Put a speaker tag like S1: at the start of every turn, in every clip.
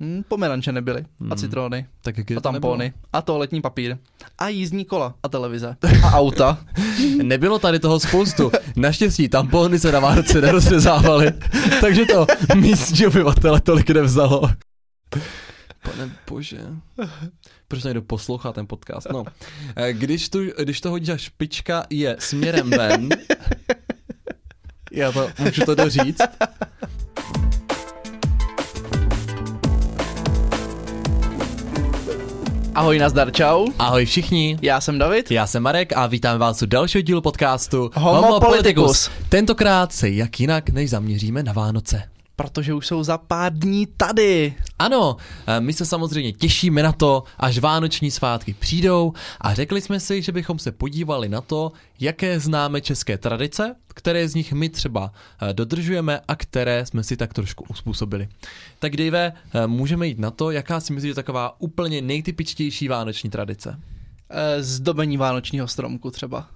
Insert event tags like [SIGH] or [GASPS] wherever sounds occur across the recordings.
S1: Hmm, pomeranče nebyly.
S2: Hmm.
S1: A citrony.
S2: Tak jak je
S1: A
S2: to
S1: tampony. A toaletní papír. A jízdní kola. A televize. A auta.
S2: Nebylo? [LAUGHS] nebylo tady toho spoustu. Naštěstí tampony se na Vánoce [LAUGHS] nerozřezávaly, takže to místní obyvatele tolik nevzalo. Pane bože. Proč někdo poslouchá ten podcast? No. Eh, Když, tu, když to hodíš a špička je směrem ven, já to můžu to doříct.
S1: Ahoj, nazdar, čau.
S2: Ahoj všichni.
S1: Já jsem David.
S2: Já jsem Marek a vítám vás u dalšího dílu podcastu
S1: Homo Politicus.
S2: Tentokrát se jak jinak než zaměříme na Vánoce.
S1: Protože už jsou za pár dní tady.
S2: Ano, eh, my se samozřejmě těšíme na to, až vánoční svátky přijdou a řekli jsme si, že bychom se podívali na to, jaké známe české tradice, které z nich my třeba eh, dodržujeme a které jsme si tak trošku uspůsobili. Tak Dave, eh, můžeme jít na to, jaká si myslíš, že je taková úplně nejtypičtější vánoční tradice.
S1: Eh, Zdobení vánočního stromku třeba.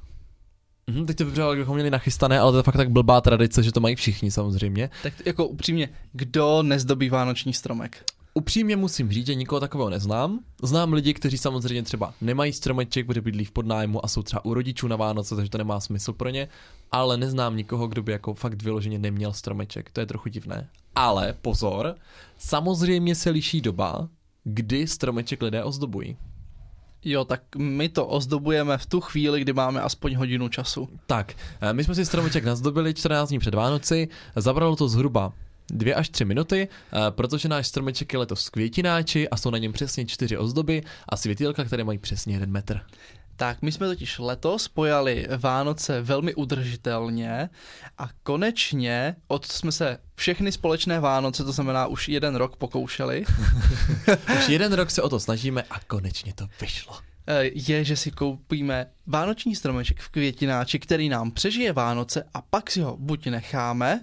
S2: Mhm, teď to vypadalo, kdybychom měli nachystané, ale to je fakt tak blbá tradice, že to mají všichni samozřejmě.
S1: Tak t- jako upřímně, kdo nezdobí vánoční stromek?
S2: Upřímně musím říct, že nikoho takového neznám. Znám lidi, kteří samozřejmě třeba nemají stromeček, protože bydlí v podnájmu a jsou třeba u rodičů na Vánoce, takže to nemá smysl pro ně, ale neznám nikoho, kdo by jako fakt vyloženě neměl stromeček. To je trochu divné. Ale pozor, samozřejmě se liší doba, kdy stromeček lidé ozdobují.
S1: Jo, tak my to ozdobujeme v tu chvíli, kdy máme aspoň hodinu času.
S2: Tak, eh, my jsme si stromeček nazdobili 14 dní před Vánoci, zabralo to zhruba dvě až tři minuty, eh, protože náš stromeček je letos květináči a jsou na něm přesně čtyři ozdoby a světílka, které mají přesně jeden metr.
S1: Tak, my jsme totiž letos pojali Vánoce velmi udržitelně a konečně od jsme se všechny společné Vánoce, to znamená už jeden rok pokoušeli,
S2: Už jeden rok se o to snažíme a konečně to vyšlo.
S1: eh, je, že si koupíme vánoční stromeček v květináči, který nám přežije Vánoce a pak si ho buď necháme,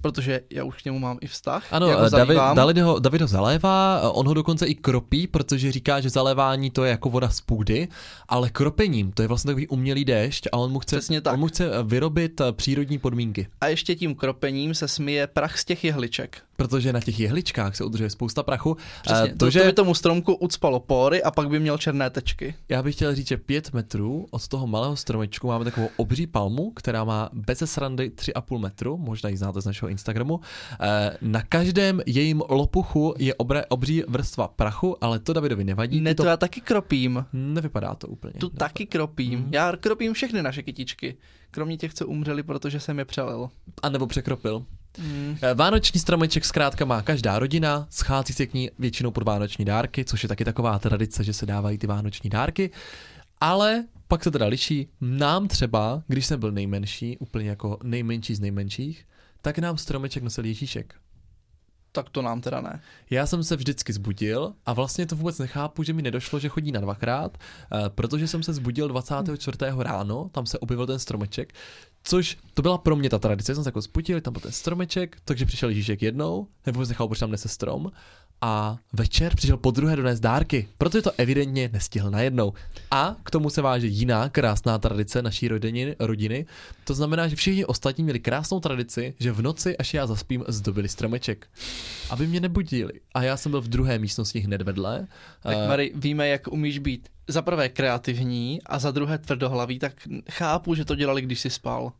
S1: protože já už k němu mám i vztah.
S2: Ano,
S1: já ho
S2: eh, David,
S1: zalívám.
S2: David, ho, David ho zalévá, eh, on ho dokonce i kropí, protože říká, že zalévání to je jako voda z půdy, ale kropením to je vlastně takový umělý déšť a on mu chce,
S1: Přesně tak.
S2: on mu chce eh, vyrobit eh, přírodní podmínky.
S1: A ještě tím kropením se smije prach z těch
S2: Eh,
S1: jehliček.
S2: Protože na těch jehličkách se udržuje spousta prachu.
S1: Přesně,
S2: Eh,
S1: to, to, že... to by tomu stromku ucpalo pory a pak by měl černé tečky.
S2: Já bych chtěl říct, že pět metrů od toho malého stromečku máme takovou obří palmu, která má bez srandy 3,5 metru, možná ji znáte z našeho Instagramu. Eh, Na každém jejím lopuchu je obre, obří vrstva prachu, ale to Davidovi nevadí. ty
S1: Ne, to
S2: to...
S1: já taky kropím.
S2: Nevypadá to úplně.
S1: Tu taky kropím.
S2: Mhm.
S1: Já kropím všechny naše kytičky. Kromě těch, co umřeli, protože jsem je přelil.
S2: A nebo překropil.
S1: Mm.
S2: Eh, Vánoční stromeček zkrátka má každá rodina, schází se k ní většinou pod vánoční dárky, což je taky taková tradice, že se dávají ty vánoční dárky. Ale pak se teda liší. Nám třeba, když jsem byl nejmenší, úplně jako nejmenší z nejmenších, tak nám stromeček nosil Ježíšek.
S1: Tak to nám teda ne.
S2: Já jsem se vždycky zbudil a vlastně to vůbec nechápu, že mi nedošlo, že chodí na dvakrát, eh, protože jsem se zbudil 24. ráno, tam se objevil ten stromeček, což to byla pro mě ta tradice, jsem se jako zbudil, tam byl ten stromeček, takže přišel Ježíšek jednou, nebo vůbec nechápu, proč tam nese strom, a večer přišel po druhé donést dárky, protože to evidentně nestihl najednou. A k tomu se váže jiná krásná tradice naší rodiny, rodiny. To znamená, že všichni ostatní měli krásnou tradici, že v noci, až já zaspím, zdobili stromeček aby mě nebudili. A já jsem byl v druhé místnosti hned vedle.
S1: Tak
S2: Eh,
S1: Mary, víme, jak umíš být za prvé kreativní a za druhé tvrdohlavý, tak chápu, že to dělali, když jsi spal.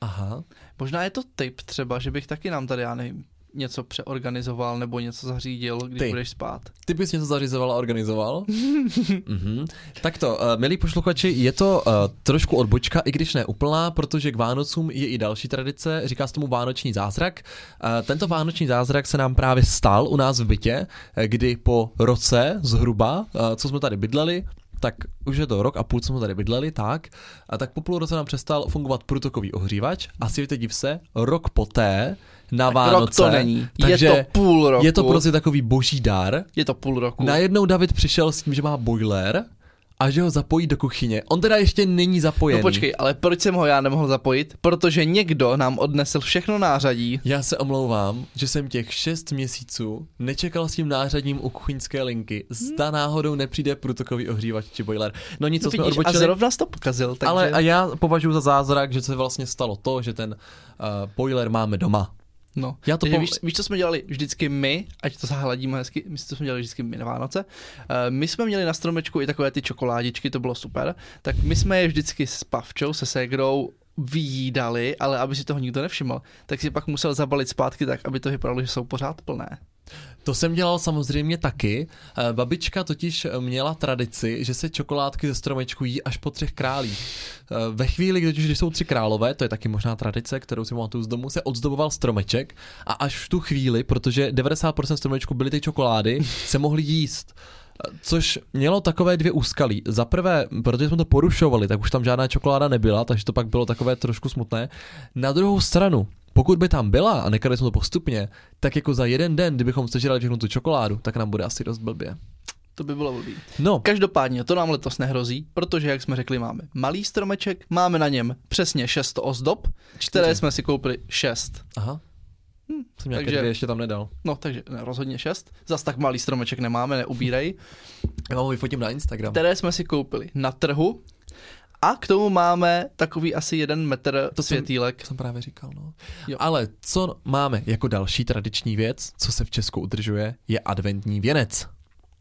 S2: Aha.
S1: Možná je to tip třeba, že bych taky nám tady, já nevím, něco přeorganizoval nebo něco zařídil, když
S2: Ty.
S1: budeš spát.
S2: Ty bys něco zařizoval a organizoval? mhm. Tak to, eh, milí posluchači, je to eh, trošku odbočka, i když ne úplná, protože k Vánocům je i další tradice, říká se tomu Vánoční zázrak. Eh, Tento Vánoční zázrak se nám právě stal u nás v bytě, eh, kdy po roce zhruba, eh, co jsme tady bydleli, tak už je to rok a půl, co jsme tady bydleli, tak, a tak po půl roce nám přestal fungovat průtokový ohřívač a světe div se, rok poté na Vánoce.
S1: Rok to není.
S2: Takže
S1: je to půl roku.
S2: je to prostě takový boží dar,
S1: je to půl roku. No
S2: Najednou David přišel s tím, že má boiler a že ho zapojí do kuchyně. On teda ještě není zapojený.
S1: No počkej, ale proč jsem ho já nemohl zapojit? Protože někdo nám odnesl všechno nářadí.
S2: Já se omlouvám, že jsem těch šest měsíců nečekal s tím nářadím u kuchyňské linky.
S1: Hmm.
S2: Zda náhodou nepřijde průtokový ohřívač či boiler. No nic, co jsme
S1: Vidíš, a
S2: odbočili.
S1: zrovna jsi to pokazil, takže...
S2: Ale a já považuji za zázrak, že se vlastně stalo to, že ten uh, boiler eh, máme doma.
S1: No.
S2: Já to
S1: Takže
S2: po...
S1: víš, víš, co jsme dělali vždycky my, ať to zahladíme hezky, my co jsme dělali vždycky my na Vánoce. Uh, my jsme měli na stromečku i takové ty čokoládičky, to bylo super. Tak my jsme je vždycky s Pavčou, se Segrou vyjídali, ale aby si toho nikdo nevšiml, tak si pak musel zabalit zpátky tak, aby to vypadalo, že jsou pořád plné.
S2: To jsem dělal samozřejmě taky. Eh, Babička totiž měla tradici, že se čokoládky ze stromečku jí až po třech králích. Eh, Ve chvíli, kdy, když jsou tři králové, to je taky možná tradice, kterou si pamatuju z domu, se odzdoboval stromeček a až v tu chvíli, protože 90% stromečku byly ty čokolády, se mohly jíst. Eh, Což mělo takové dvě úskalí. Za prvé, protože jsme to porušovali, tak už tam žádná čokoláda nebyla, takže to pak bylo takové trošku smutné. Na druhou stranu, pokud by tam byla a nekali jsme to postupně, tak jako za jeden den, kdybychom sežrali všechnu tu čokoládu, tak nám bude asi dost blbě.
S1: To by bylo blbý.
S2: No,
S1: Každopádně to nám letos nehrozí, protože, jak jsme řekli, máme malý stromeček, máme na něm přesně 6 ozdob, které jsme si koupili 6.
S2: aha. Hm, jsem nějaké
S1: takže-
S2: dvě ještě tam nedal.
S1: No, takže ne, rozhodně 6. Zas tak malý stromeček nemáme, neubírej.
S2: Já vám ho vyfotím na Instagram.
S1: které jsme si koupili na trhu. A k tomu máme takový asi jeden metr to
S2: To jsem-
S1: světýlek.
S2: jsem právě říkal, no.
S1: Jo.
S2: Jo. Ale co máme jako další tradiční věc, co se v Česku udržuje, je adventní věnec.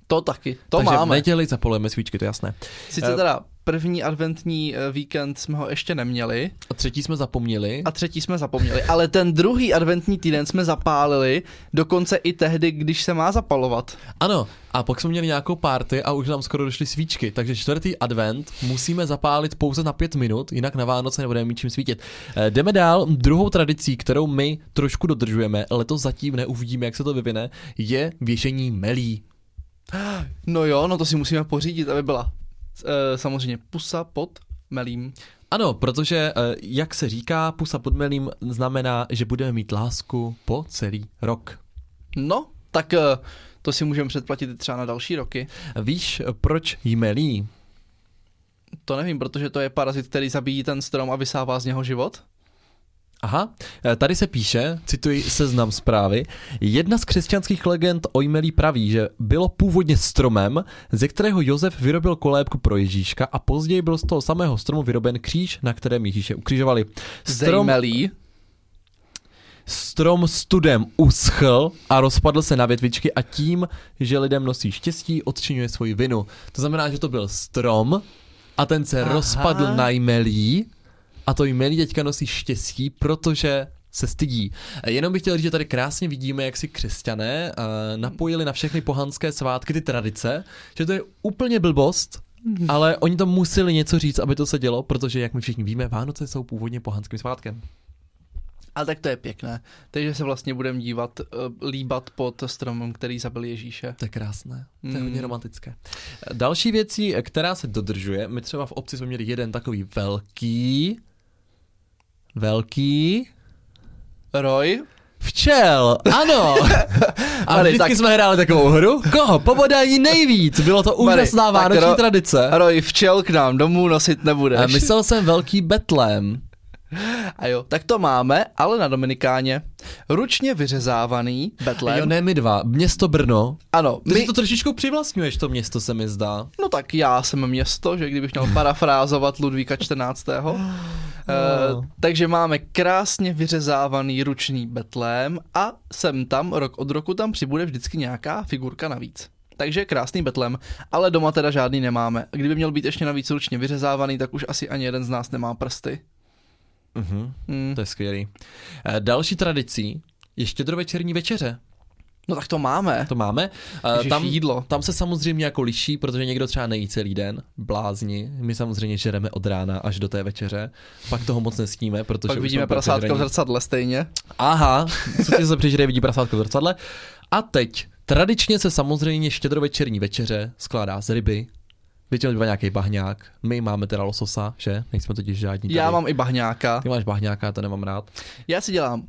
S1: To taky, to
S2: Takže v
S1: máme.
S2: neděli zapolujeme svíčky, to je jasné.
S1: Sice teda první adventní eh, víkend jsme ho ještě neměli
S2: A třetí jsme zapomněli.
S1: a třetí jsme zapomněli, ale ten druhý adventní týden jsme zapálili, dokonce i tehdy, když se má zapalovat.
S2: Ano, a pak jsme měli nějakou party a už nám skoro došly svíčky, takže čtvrtý advent musíme zapálit pouze na pět minut, jinak na Vánoce nebudeme mít čím svítit. Eh, Jdeme dál, druhou tradicí, kterou my trošku dodržujeme, letos zatím neuvidíme, jak se to vyvine, je věšení melí.
S1: No jo, no to si musíme pořídit, aby byla eh, samozřejmě pusa pod melím.
S2: Ano, protože, eh, jak se říká, pusa pod melím znamená, že budeme mít lásku po celý rok.
S1: No, tak eh, to si můžeme předplatit i třeba na další roky.
S2: Víš, eh, proč jí melí?
S1: To nevím, protože to je parazit, který zabíjí ten strom a vysává z něho život.
S2: Aha, eh, tady se píše, cituji seznam zprávy, jedna z křesťanských legend o jmelí praví, že bylo původně stromem, ze kterého Josef vyrobil kolébku pro Ježíška a později byl z toho samého stromu vyroben kříž, na kterém Ježíše ukřižovali. Strom,
S1: Zejmelí.
S2: strom studem uschl a rozpadl se na větvičky a tím, že lidem nosí štěstí, odčinuje svoji vinu. To znamená, že to byl strom a ten se
S1: Aha.
S2: Aha. rozpadl na jmelí a to jmelí teďka nosí štěstí, protože se stydí. E, Jenom bych chtěl říct, že tady krásně vidíme, jak si křesťané eh, napojili na všechny pohanské svátky ty tradice, že to je úplně blbost, ale oni to museli něco říct, aby to se dělo, protože, jak my všichni víme, Vánoce jsou původně pohanským svátkem.
S1: A tak to je pěkné. Takže se vlastně budeme dívat, eh, líbat pod stromem, který zabil Ježíše.
S2: To je krásné, to je
S1: Mm.
S2: hodně romantické. Další věcí, která se dodržuje, my třeba v obci jsme měli jeden takový velký, velký
S1: Roy?
S2: včel, [LAUGHS] ano. A
S1: Mary,
S2: vždycky
S1: tak-
S2: jsme hráli takovou hru, koho pobodají nejvíc, bylo to
S1: Mary,
S2: úžasná
S1: tak
S2: vánoční
S1: ro-
S2: tradice.
S1: Roy včel k nám domů nosit nebudeš.
S2: A myslel jsem velký betlém.
S1: A jo, tak to máme, ale na Dominikáně. Ručně vyřezávaný betlem.
S2: Jo, ne my dva, město Brno.
S1: Ano,
S2: Ty
S1: my...
S2: si to trošičku přivlastňuješ, to město se mi zdá.
S1: No tak já jsem město, že kdybych měl parafrázovat Ludvíka 14.
S2: [GASPS] No.
S1: Uh, takže máme krásně vyřezávaný ruční betlém a sem tam, rok od roku tam přibude vždycky nějaká figurka navíc. Takže krásný betlem, ale doma teda žádný nemáme. A Kdyby měl být ještě navíc ručně vyřezávaný, tak už asi ani jeden z nás nemá prsty.
S2: Mhm,
S1: Mm.
S2: to je skvělý. Eh, Další tradicí je štědrovečerní večeře.
S1: No tak to máme.
S2: To máme.
S1: Ježiš,
S2: Uh, tam,
S1: jídlo.
S2: tam se samozřejmě jako liší, protože někdo třeba nejí celý den, blázni. My samozřejmě žereme od rána až do té večeře, pak toho moc nesníme, protože
S1: Pak
S2: už
S1: vidíme
S2: jsme
S1: prasátka v
S2: přežraní.
S1: zrcadle stejně.
S2: Aha, co ti se přežere, vidí prasátko v zrcadle. A teď, tradičně se samozřejmě štědrovečerní večeře skládá z ryby, Většinou bývá nějaký bahňák. My máme teda lososa, že? Nejsme totiž žádní.
S1: Já
S2: tady.
S1: mám i bahňáka.
S2: Ty máš bahňáka, to nemám rád.
S1: Já si dělám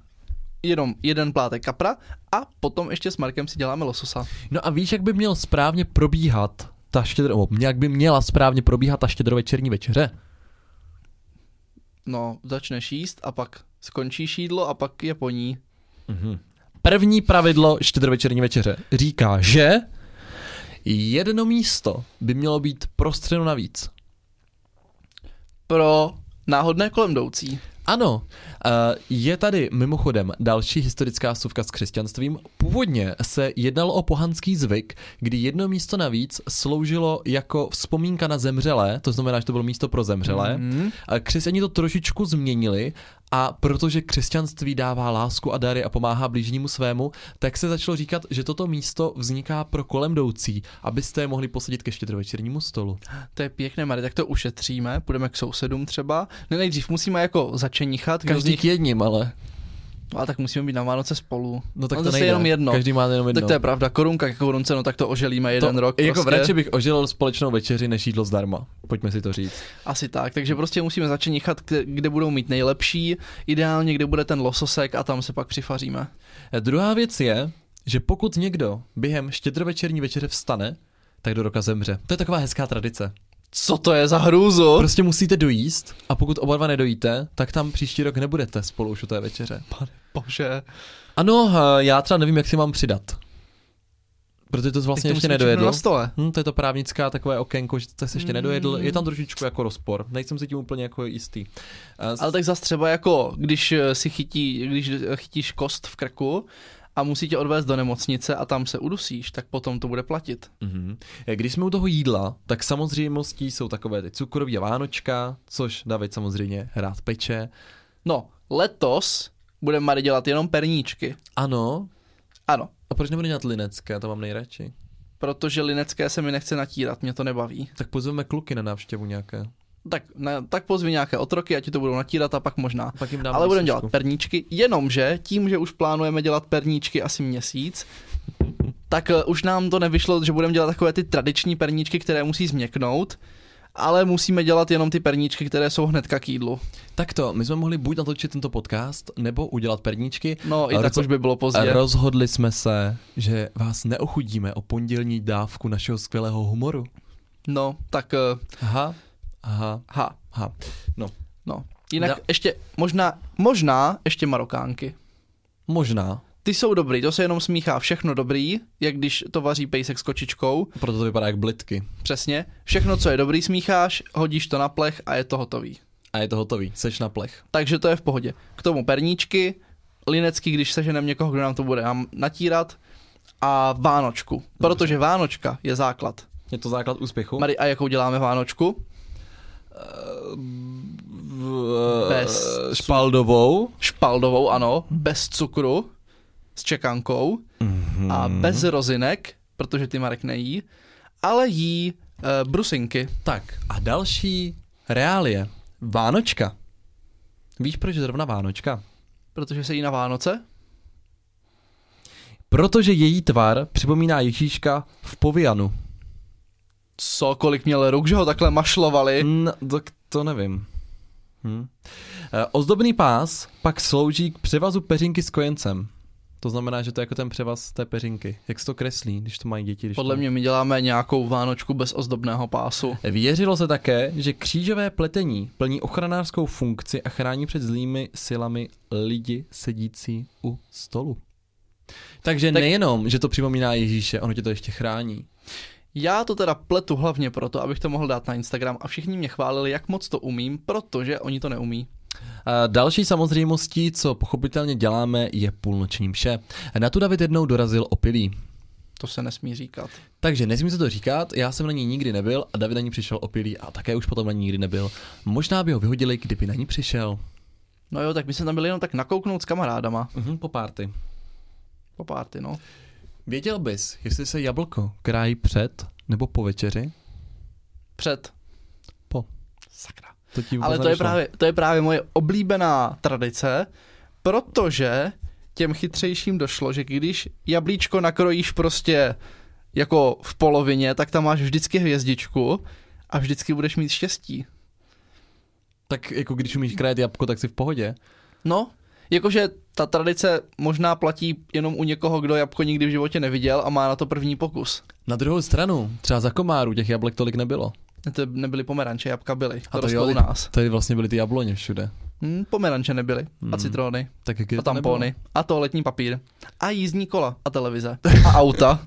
S1: jenom jeden plátek kapra a potom ještě s Markem si děláme lososa.
S2: No a víš, jak by měl správně probíhat ta štědro... nebo Jak by měla správně probíhat ta štědrovečerní večeře?
S1: No, začneš jíst a pak skončíš jídlo a pak je po ní.
S2: První pravidlo štědrovečerní večeře říká, že jedno místo by mělo být prostřeno navíc.
S1: pro náhodné kolem jdoucí.
S2: Ano, eh, je tady mimochodem další historická vsuvka s křesťanstvím. Původně se jednalo o pohanský zvyk, kdy jedno místo navíc sloužilo jako vzpomínka na zemřelé, to znamená, že to bylo místo pro zemřelé.
S1: Mhm.
S2: Eh, Křesťani to trošičku změnili a protože křesťanství dává lásku a dary a pomáhá blížnímu svému, tak se začalo říkat, že toto místo vzniká pro kolem jdoucí, abyste je mohli posadit ke štědrovečernímu stolu.
S1: To je pěkné, Mary, tak to ušetříme, půjdeme k sousedům třeba. Ne, nejdřív musíme jako začenichat, kdo z
S2: Každý
S1: nich...
S2: k jedním, ale.
S1: A tak musíme být na Vánoce spolu.
S2: No tak
S1: No
S2: to
S1: zase
S2: nejde.
S1: jenom jedno.
S2: Každý má jenom jedno.
S1: Tak to je pravda, korunka ke korunce, no tak to oželíme jeden
S2: to,
S1: rok.
S2: Jako
S1: prostě.
S2: radši bych ožilil společnou večeři než jídlo zdarma. Pojďme si to říct.
S1: Asi tak, takže prostě musíme začít nechat, kde, kde budou mít nejlepší, ideálně kde bude ten lososek a tam se pak přifaříme.
S2: Eh, Druhá věc je, že pokud někdo během štědrovečerní večeře vstane, tak do roka zemře. To je taková hezká tradice.
S1: Co to je za hrůzu?
S2: Prostě musíte dojíst a pokud oba dva nedojíte, tak tam příští rok nebudete spolu už u té večeře.
S1: Bože.
S2: Ano, eh, já třeba nevím, jak si mám přidat. Protože to vlastně
S1: Jak to
S2: ještě
S1: musíme všechno
S2: nedojedlo.
S1: Na stole.
S2: Hm, to je to právnická takové okénko, že to se ještě
S1: Mm.
S2: nedojedl. Je tam trošičku jako rozpor. Nejsem si tím úplně jako jistý. Eh,
S1: Ale tak zas třeba jako, když eh, si chytí, když eh, chytíš kost v krku a musí tě odvést do nemocnice a tam se udusíš, tak potom to bude platit.
S2: Mm-hmm. Když jsme u toho jídla, tak samozřejmostí jsou takové ty cukroví a vánočka, což David samozřejmě rád peče.
S1: No, letos budeme Mary dělat jenom perníčky.
S2: Ano,
S1: Ano,
S2: a proč nebude dělat linecké, Já to mám nejradši.
S1: protože linecké se mi nechce natírat, mě to nebaví.
S2: Tak pozveme kluky na návštěvu nějaké.
S1: Tak, ne, tak pozvi nějaké otroky, ať ti to budou natírat a pak možná.
S2: Pak jim dáme
S1: Ale budeme
S2: lístečku.
S1: dělat perníčky, jenomže tím, že už plánujeme dělat perníčky asi měsíc, tak eh, už nám to nevyšlo, že budeme dělat takové ty tradiční perníčky, které musí změknout, ale musíme dělat jenom ty perníčky, které jsou hnedka k jídlu.
S2: Takto, my jsme mohli buď natočit tento podcast, nebo udělat perníčky.
S1: No i
S2: A
S1: tak
S2: roco-
S1: už by bylo
S2: A
S1: pozdě.
S2: rozhodli jsme se, že vás neochudíme o pondělní dávku našeho skvělého humoru.
S1: No, tak eh,
S2: Aha, aha,
S1: ha,
S2: aha.
S1: no. Jinak
S2: Da-
S1: ještě možná, možná ještě marokánky.
S2: Možná,
S1: Ty jsou dobrý, to se jenom smíchá všechno dobrý, jak když to vaří pejsek s kočičkou,
S2: proto to vypadá jak blitky.
S1: přesně. Všechno, co je dobrý, smícháš, hodíš to na plech a je to hotový.
S2: A je to hotový, seš na plech.
S1: Takže to je v pohodě. K tomu perníčky, linecký, když seženeme někoho, kdo nám to bude nám natírat, a Vánočku. Protože Vánočka je základ.
S2: Je to základ úspěchu?
S1: Mary, a jakou děláme Vánočku?
S2: v,
S1: Bez
S2: špaldovou.
S1: Špaldovou, ano, bez cukru, s čekankou
S2: Mm-hmm.
S1: a bez rozinek, protože ty Marek nejí, ale jí e, brusinky.
S2: Tak a další reálie. Vánočka. Víš, proč zrovna Vánočka?
S1: Protože se jí na Vánoce?
S2: Protože její tvar připomíná Ježíška v Povianu.
S1: Co, kolik měl ruk, že ho takhle mašlovali?
S2: No, tak to nevím. Hm. Eh, Ozdobný pás pak slouží k převazu peřinky s kojencem. To znamená, že to je jako ten převaz té peřinky. Jak se to kreslí, když to mají děti? Když
S1: Podle
S2: to... Eh,
S1: mě my děláme nějakou Vánočku bez ozdobného pásu.
S2: Věřilo se také, že křížové pletení plní ochranářskou funkci a chrání před zlými silami lidi sedící u stolu. Takže
S1: Tak-
S2: tak... nejenom, že to připomíná Ježíše, ono tě to ještě chrání.
S1: Já to teda pletu hlavně proto, abych to mohl dát na Instagram a všichni mě chválili, jak moc to umím, protože oni to neumí.
S2: A další samozřejmostí, co pochopitelně děláme, je půlnoční mše. Na tu David jednou dorazil opilý.
S1: To se nesmí říkat.
S2: Takže nesmím se to říkat, já jsem na ní nikdy nebyl a David na ní přišel opilý a také už potom na ní nikdy nebyl. Možná by ho vyhodili, kdyby na ní přišel.
S1: No jo, tak my jsme tam byli jenom tak nakouknout s kamarádama
S2: Mhm, po párty.
S1: po párty, no.
S2: Věděl bys, jestli se jablko krájí před nebo po večeři?
S1: Před.
S2: Po.
S1: Sakra.
S2: To ti vůbec
S1: Ale to je,
S2: nedošlo.
S1: právě, to je právě moje oblíbená tradice, protože těm chytřejším došlo, že když jablíčko nakrojíš prostě jako v polovině, tak tam máš vždycky hvězdičku a vždycky budeš mít štěstí.
S2: Tak jako když umíš krájet jablko, tak si v pohodě.
S1: No, jakože ta tradice možná platí jenom u někoho, kdo jabko nikdy v životě neviděl a má na to první pokus.
S2: Na druhou stranu, třeba za komáru těch jablek tolik nebylo.
S1: To nebyly pomeranče, jabka byly.
S2: A
S1: To,
S2: to
S1: rostlo
S2: jo,
S1: u
S2: ty-
S1: nás.
S2: Tady vlastně byly ty jabloně všude.
S1: Hm, pomeranče nebyly. A citrony.
S2: Tak jak
S1: A
S2: je Hmm. to nebylo?
S1: tampony. A toaletní papír. A jízdní kola. A televize.
S2: [LAUGHS]
S1: A auta.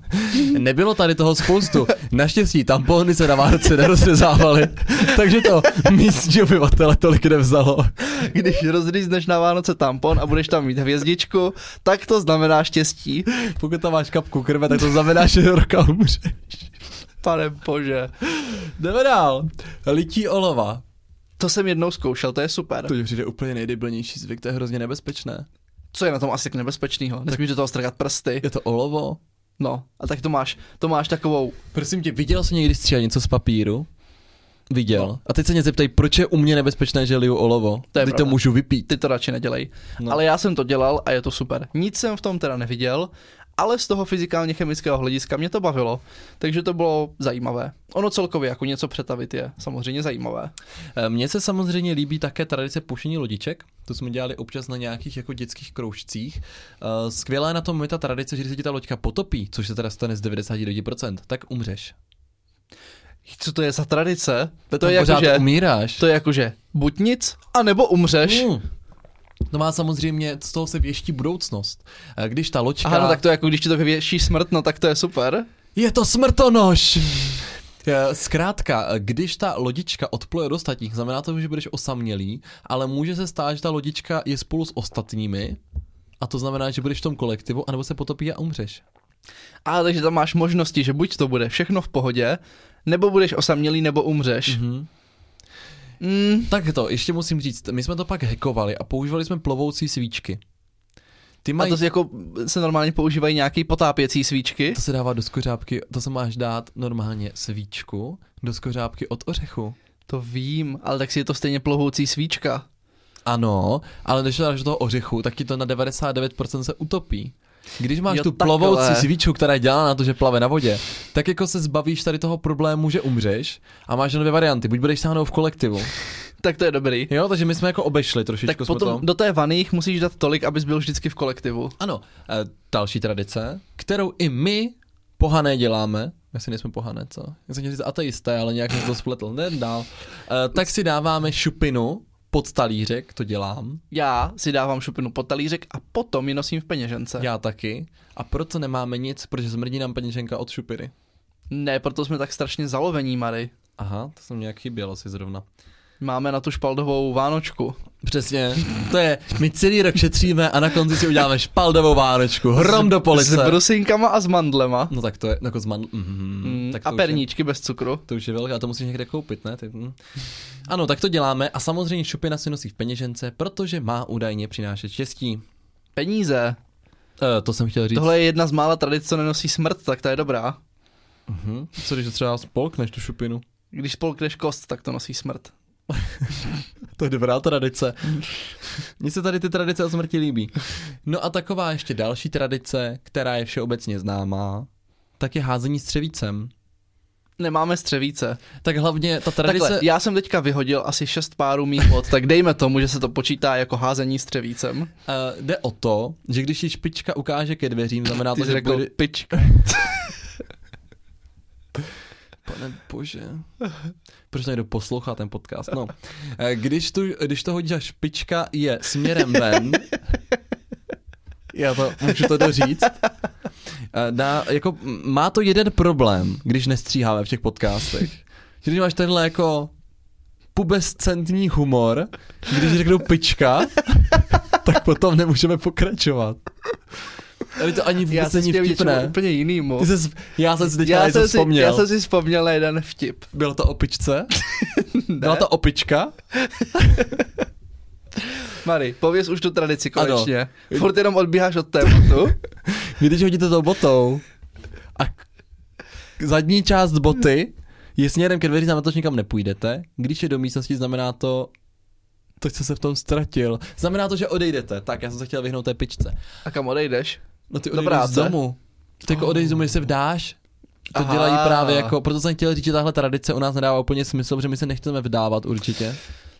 S2: Nebylo tady toho spoustu. Naštěstí tampony se na Vánoce nerozřezávaly, [LAUGHS] takže to místní obyvatele tolik nevzalo.
S1: Když rozřízneš na Vánoce tampon a budeš tam mít hvězdičku, tak to znamená štěstí.
S2: Pokud tam máš kapku krve, tak to znamená, že do roka umře.
S1: Pane bože.
S2: Jdeme dál. Lití olova.
S1: To jsem jednou zkoušel, to je super.
S2: To mi přijde úplně nejdebilnější zvyk, to je hrozně nebezpečné.
S1: Co je na tom asi tak nebezpečného? Nesmíš do toho strkat prsty.
S2: Je to olovo?
S1: No, a tak to máš, to máš takovou,
S2: Prosím tě, viděl jsi někdy stříhat něco z papíru? Viděl. A teď se mě zeptají, proč je u mě nebezpečné, že liju olovo?
S1: To je
S2: teď No. to
S1: pravda.
S2: můžu vypít.
S1: ty to radši nedělej.
S2: No.
S1: No. Ale já jsem to dělal a je to super. Nic jsem v tom teda neviděl, ale z toho fyzikálně chemického hlediska mě to bavilo, takže to bylo zajímavé. Ono celkově jako něco přetavit je samozřejmě zajímavé.
S2: E, Mně se samozřejmě líbí také tradice pušení lodiček. To jsme dělali občas na nějakých jako dětských kroužcích. E, Skvělá je na tom je ta tradice, že když se ti ta loďka potopí, což se teda stane z 99%, tak umřeš.
S1: Co to je za tradice? To,
S2: Tam
S1: je
S2: pořád
S1: jakože,
S2: umíráš.
S1: to je jakože buď nic, anebo umřeš.
S2: Mm. To má samozřejmě, z toho se věští budoucnost. E, Když ta loďka...
S1: Aha, no tak to je jako když ti to věší smrt, no tak to je super.
S2: Je to smrtonož! Eh, Zkrátka, eh, když ta lodička odpluje od ostatních, znamená to, že budeš osamělý, ale může se stát, že ta lodička je spolu s ostatními a to znamená, že budeš v tom kolektivu, anebo se potopí a umřeš.
S1: A takže tam máš možnosti, že buď to bude všechno v pohodě, nebo budeš osamělý, nebo umřeš.
S2: Mhm.
S1: Mm,
S2: Tak to, ještě musím říct, my jsme to pak hackovali a používali jsme plovoucí svíčky. Ty
S1: a
S2: mají...
S1: to se jako se normálně používají nějaký potápěcí svíčky.
S2: To se dává do skořápky, to se máš dát normálně svíčku do skořápky od ořechu.
S1: To vím, ale tak si je to stejně plohoucí svíčka.
S2: Ano, ale když to dáš do toho ořechu, tak ti to na 99% se utopí. Když máš
S1: Jo,
S2: tu
S1: takhle.
S2: plovoucí svíčku, která je dělána na to, že plave na vodě, tak jako se zbavíš tady toho problému, že umřeš a máš dvě varianty. Buď budeš sáhnout v kolektivu.
S1: Tak to je dobrý.
S2: Jo, takže my jsme jako obešli trošičku.
S1: Tak
S2: jsme
S1: potom
S2: to...
S1: do té vany jich musíš dát tolik, abys byl vždycky v kolektivu.
S2: Ano, e, další tradice, kterou i my pohané děláme, my si nejsme pohané, co? Já jsem chtěl říct ateisté, ale nějak jsem to spletl, ne dál. E, tak si dáváme šupinu pod talířek, to dělám,
S1: Já si dávám šupinu pod talířek a potom ji nosím v peněžence.
S2: já taky. A proto nemáme nic, protože smrdí nám peněženka od šupiny.
S1: Ne, proto jsme tak strašně zalovení, Mary.
S2: Aha, to jsem nějak chybělo si zrovna.
S1: Máme na tu špaldovou vánočku.
S2: Přesně, to je, my celý rok šetříme a na konci si uděláme špaldovou vánočku, hrom do police.
S1: S brusinkama a s mandlema.
S2: No tak to je, jako z man... Mm,
S1: Mm,
S2: tak
S1: a
S2: to už je-
S1: perníčky bez cukru.
S2: To už je velké, a to musíš někde koupit, ne? Ty, hm. Ano, tak to děláme a samozřejmě šupina si nosí v peněžence, protože má údajně přinášet štěstí.
S1: Peníze.
S2: E, to jsem chtěl říct.
S1: Tohle je jedna z mála tradic, co nenosí smrt, tak ta je dobrá.
S2: Mhm. Co když to třeba spolkneš tu šupinu?
S1: Když spolkneš kost, tak to nosí smrt.
S2: To je dobrá tradice.
S1: Mm.
S2: Mně se tady ty tradice o smrti líbí. No a taková ještě další tradice, která je všeobecně známá, tak je házení střevícem.
S1: Nemáme střevíce.
S2: Tak hlavně ta tradice...
S1: Takhle, já jsem teďka vyhodil asi šest párů mých vod, tak dejme tomu, že se to počítá jako házení střevícem.
S2: Uh, jde o to, že když ti špička ukáže ke dveřím, znamená
S1: Ty
S2: to,
S1: jsi
S2: že
S1: řekl
S2: bude...
S1: pička.
S2: Pane bože. Proč to někdo poslouchá ten podcast? No. Eh, Když, tu, když to hodíš a špička je směrem ven,
S1: [LAUGHS]
S2: já to můžu to doříct, eh, dá, jako, m- má to jeden problém, když nestříháme v těch podcastech. Že Když máš tenhle jako pubescentní humor, když řeknou pička, tak potom nemůžeme pokračovat. Ale to ani
S1: Já
S2: vůbec
S1: jsem
S2: není
S1: si
S2: vtipné.
S1: úplně jinýmu.
S2: Ty ses, já jsem si teďka
S1: já,
S2: něco
S1: jsem si,
S2: vzpomněl.
S1: já jsem si vzpomněl na jeden vtip.
S2: Bylo to [LAUGHS] opičce? Byla to opička?
S1: Mary, pověz už tu tradici
S2: Ano.
S1: konečně. Ano. Furt jenom odbíháš od tématu.
S2: Vy když hodíte tou botou a k- zadní část boty je směrem ke dveří, znamená to, že nikam nepůjdete. Když je do místnosti, znamená to, to co se v tom ztratil. Znamená to, že odejdete. Tak, já jsem se chtěl vyhnout té pičce.
S1: A kam odejdeš?
S2: No ty
S1: Do
S2: odejdeš z
S1: práce.
S2: domu. Ty jako odejdeš z domu, že se vdáš. To
S1: Aha.
S2: dělají právě jako, proto jsem chtěl říct, že tahle tradice u nás nedává úplně smysl, protože my se nechceme vdávat určitě.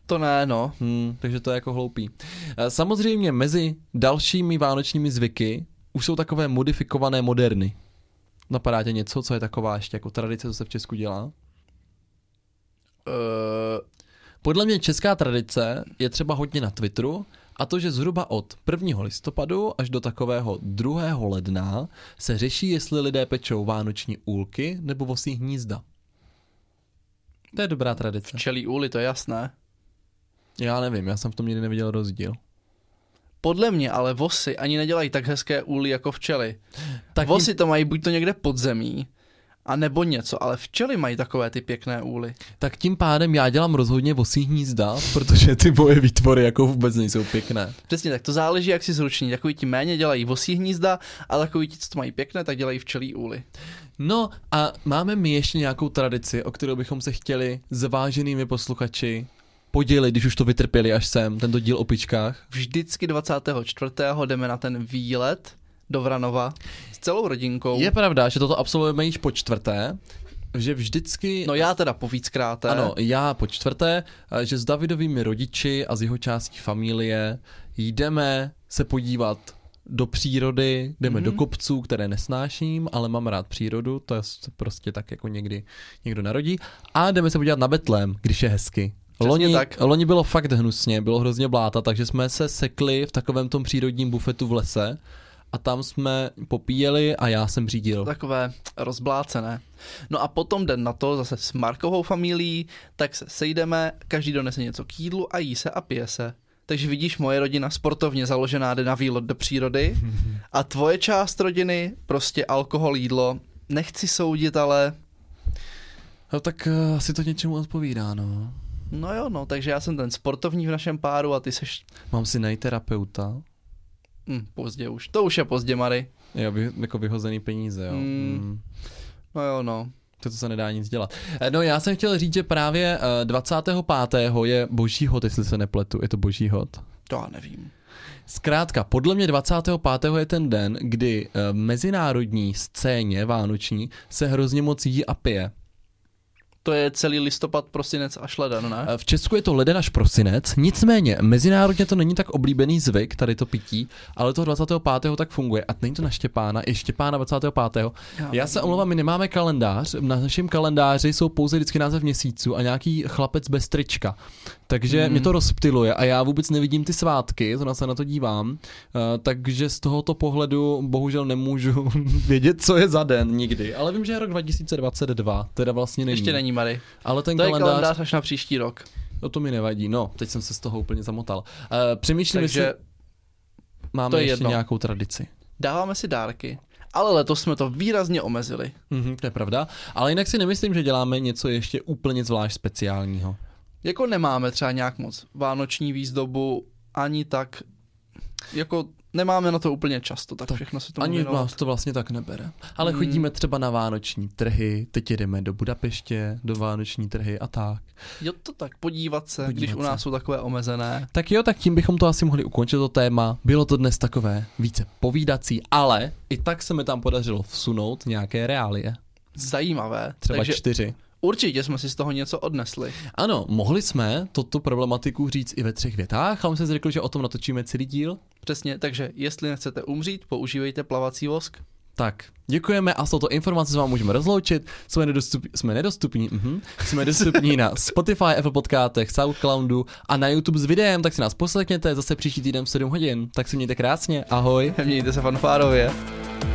S1: To ne, no.
S2: Hmm, takže to je jako hloupý. Eh, Samozřejmě mezi dalšími vánočními zvyky už jsou takové modifikované moderny. Napadá tě něco, co je taková ještě jako tradice, co se v Česku dělá?
S1: Uh,
S2: Podle mě česká tradice je třeba hodně na Twitteru a to, že zhruba od 1. listopadu až do takového 2. ledna se řeší, jestli lidé pečou vánoční úlky nebo vosí hnízda. To je dobrá tradice.
S1: Čelí úly, to je jasné.
S2: Já nevím, já jsem v tom nikdy neviděl rozdíl.
S1: Podle mě ale vosy ani nedělají tak hezké úly jako včely.
S2: Tak jim-
S1: Vosy to mají buď to někde pod zemí, a nebo něco, ale včely mají takové ty pěkné úly.
S2: Tak tím pádem já dělám rozhodně vosí hnízda, protože ty moje výtvory jako vůbec nejsou pěkné.
S1: Přesně tak, to záleží, jak si zruční. Takový ti méně dělají vosí hnízda, a takový ti, co to mají pěkné, tak dělají včelí úly.
S2: No a máme my ještě nějakou tradici, o kterou bychom se chtěli s váženými posluchači podělit, když už to vytrpěli až sem, tento díl o pičkách.
S1: Vždycky 24. jdeme na ten výlet do Vranova s celou rodinkou.
S2: Je pravda, že toto absolvujeme již po čtvrté, že vždycky...
S1: No já teda po víckráté.
S2: Ano, já po čtvrté, eh, že s Davidovými rodiči a z jeho částí familie jdeme se podívat do přírody, jdeme
S1: Mhm.
S2: mm-hmm. do kopců, které nesnáším, ale mám rád přírodu, to je s- prostě tak jako někdy někdo narodí. A jdeme se podívat na Betlém, když je hezky.
S1: Přesně
S2: Loni,
S1: tak.
S2: loni bylo fakt hnusně, bylo hrozně bláta, takže jsme se sekli v takovém tom přírodním bufetu v lese a tam jsme popíjeli a já jsem řídil.
S1: Takové rozblácené. No a potom den na to zase s Markovou familií, tak se sejdeme, každý donese něco k jídlu a jí se a pije se. Takže vidíš, moje rodina sportovně založená jde na výlet do
S2: [LAUGHS]
S1: přírody a tvoje část rodiny prostě alkohol, jídlo. Nechci soudit, ale
S2: No tak eh, asi to něčemu odpovídá, no.
S1: no jo, no, takže já jsem ten sportovní v našem páru a ty seš
S2: Mám si najít terapeuta.
S1: hm, pozdě už. To už je pozdě, Mary.
S2: Jo, vy, jako vyhozený peníze, jo.
S1: Mm.
S2: Mm.
S1: No jo, no.
S2: To, to se nedá nic dělat. Eh, No já jsem chtěl říct, že právě eh, 25. je boží hod, jestli se nepletu. Je to boží hod?
S1: To já nevím.
S2: Zkrátka, podle mě 25. je ten den, kdy eh, v mezinárodní scéně vánoční se hrozně moc jí a pije.
S1: To je celý listopad, prosinec až leden, ne?
S2: Eh, V Česku je to leden až prosinec, nicméně mezinárodně to není tak oblíbený zvyk, tady to pití, ale to 25. tak funguje. A není to na Štěpána, je Štěpána 25. Já se omlouvám, my nemáme kalendář. Na našem kalendáři jsou pouze vždycky název měsíců a nějaký chlapec bez trička. Takže
S1: Hmm.
S2: mě to rozptiluje a já vůbec nevidím ty svátky, zrovna se na to dívám. Eh, takže z tohoto pohledu bohužel nemůžu [LAUGHS] vědět, co je za den nikdy. Ale vím, že je rok 2022, teda vlastně není.
S1: Ještě není, Mary.
S2: Ale ten
S1: To je
S2: kalendář,
S1: kalendář až na příští rok.
S2: No to mi nevadí. No, teď jsem se z toho úplně zamotal. Uh, přemýšlím,
S1: Takže
S2: jestli máme
S1: to je
S2: ještě
S1: jedno.
S2: nějakou tradici.
S1: dáváme si dárky, ale letos jsme to výrazně omezili.
S2: Mhm, to je pravda, ale jinak si nemyslím, že děláme něco ještě úplně zvlášť speciálního.
S1: Jako nemáme třeba nějak moc vánoční výzdobu, ani tak, jako nemáme na to úplně často, tak,
S2: Tak
S1: tak všechno se tomu
S2: Ani
S1: věnovat.
S2: nás to vlastně tak nebere. Ale
S1: Mm.
S2: chodíme třeba na vánoční trhy, teď jedeme do Budapeště, do vánoční trhy a tak.
S1: Jo to tak, podívat se,
S2: Podívat
S1: podívat když u
S2: se.
S1: nás jsou takové omezené.
S2: Tak jo, tak tím bychom to asi mohli ukončit to téma. Bylo to dnes takové více povídací, ale i tak se mi tam podařilo vsunout nějaké reálie.
S1: Zajímavé.
S2: Třeba
S1: Takže
S2: čtyři.
S1: určitě jsme si z toho něco odnesli.
S2: Ano, mohli jsme tuto problematiku říct i ve třech větách, ale jsem si řekl, že o tom natočíme celý díl.
S1: Přesně, takže jestli nechcete umřít, používejte plavací vosk.
S2: Tak, děkujeme a s touto informací se vám můžeme rozloučit. Jsme, nedostup, jsme nedostupní, mhm. jsme dostupní na Spotify, Apple Podcastech, Soundcloudu a na YouTube s videem, tak si nás poslechněte zase příští týden v 7 hodin. Tak se mějte krásně, ahoj.
S1: Mějte se fanfárově.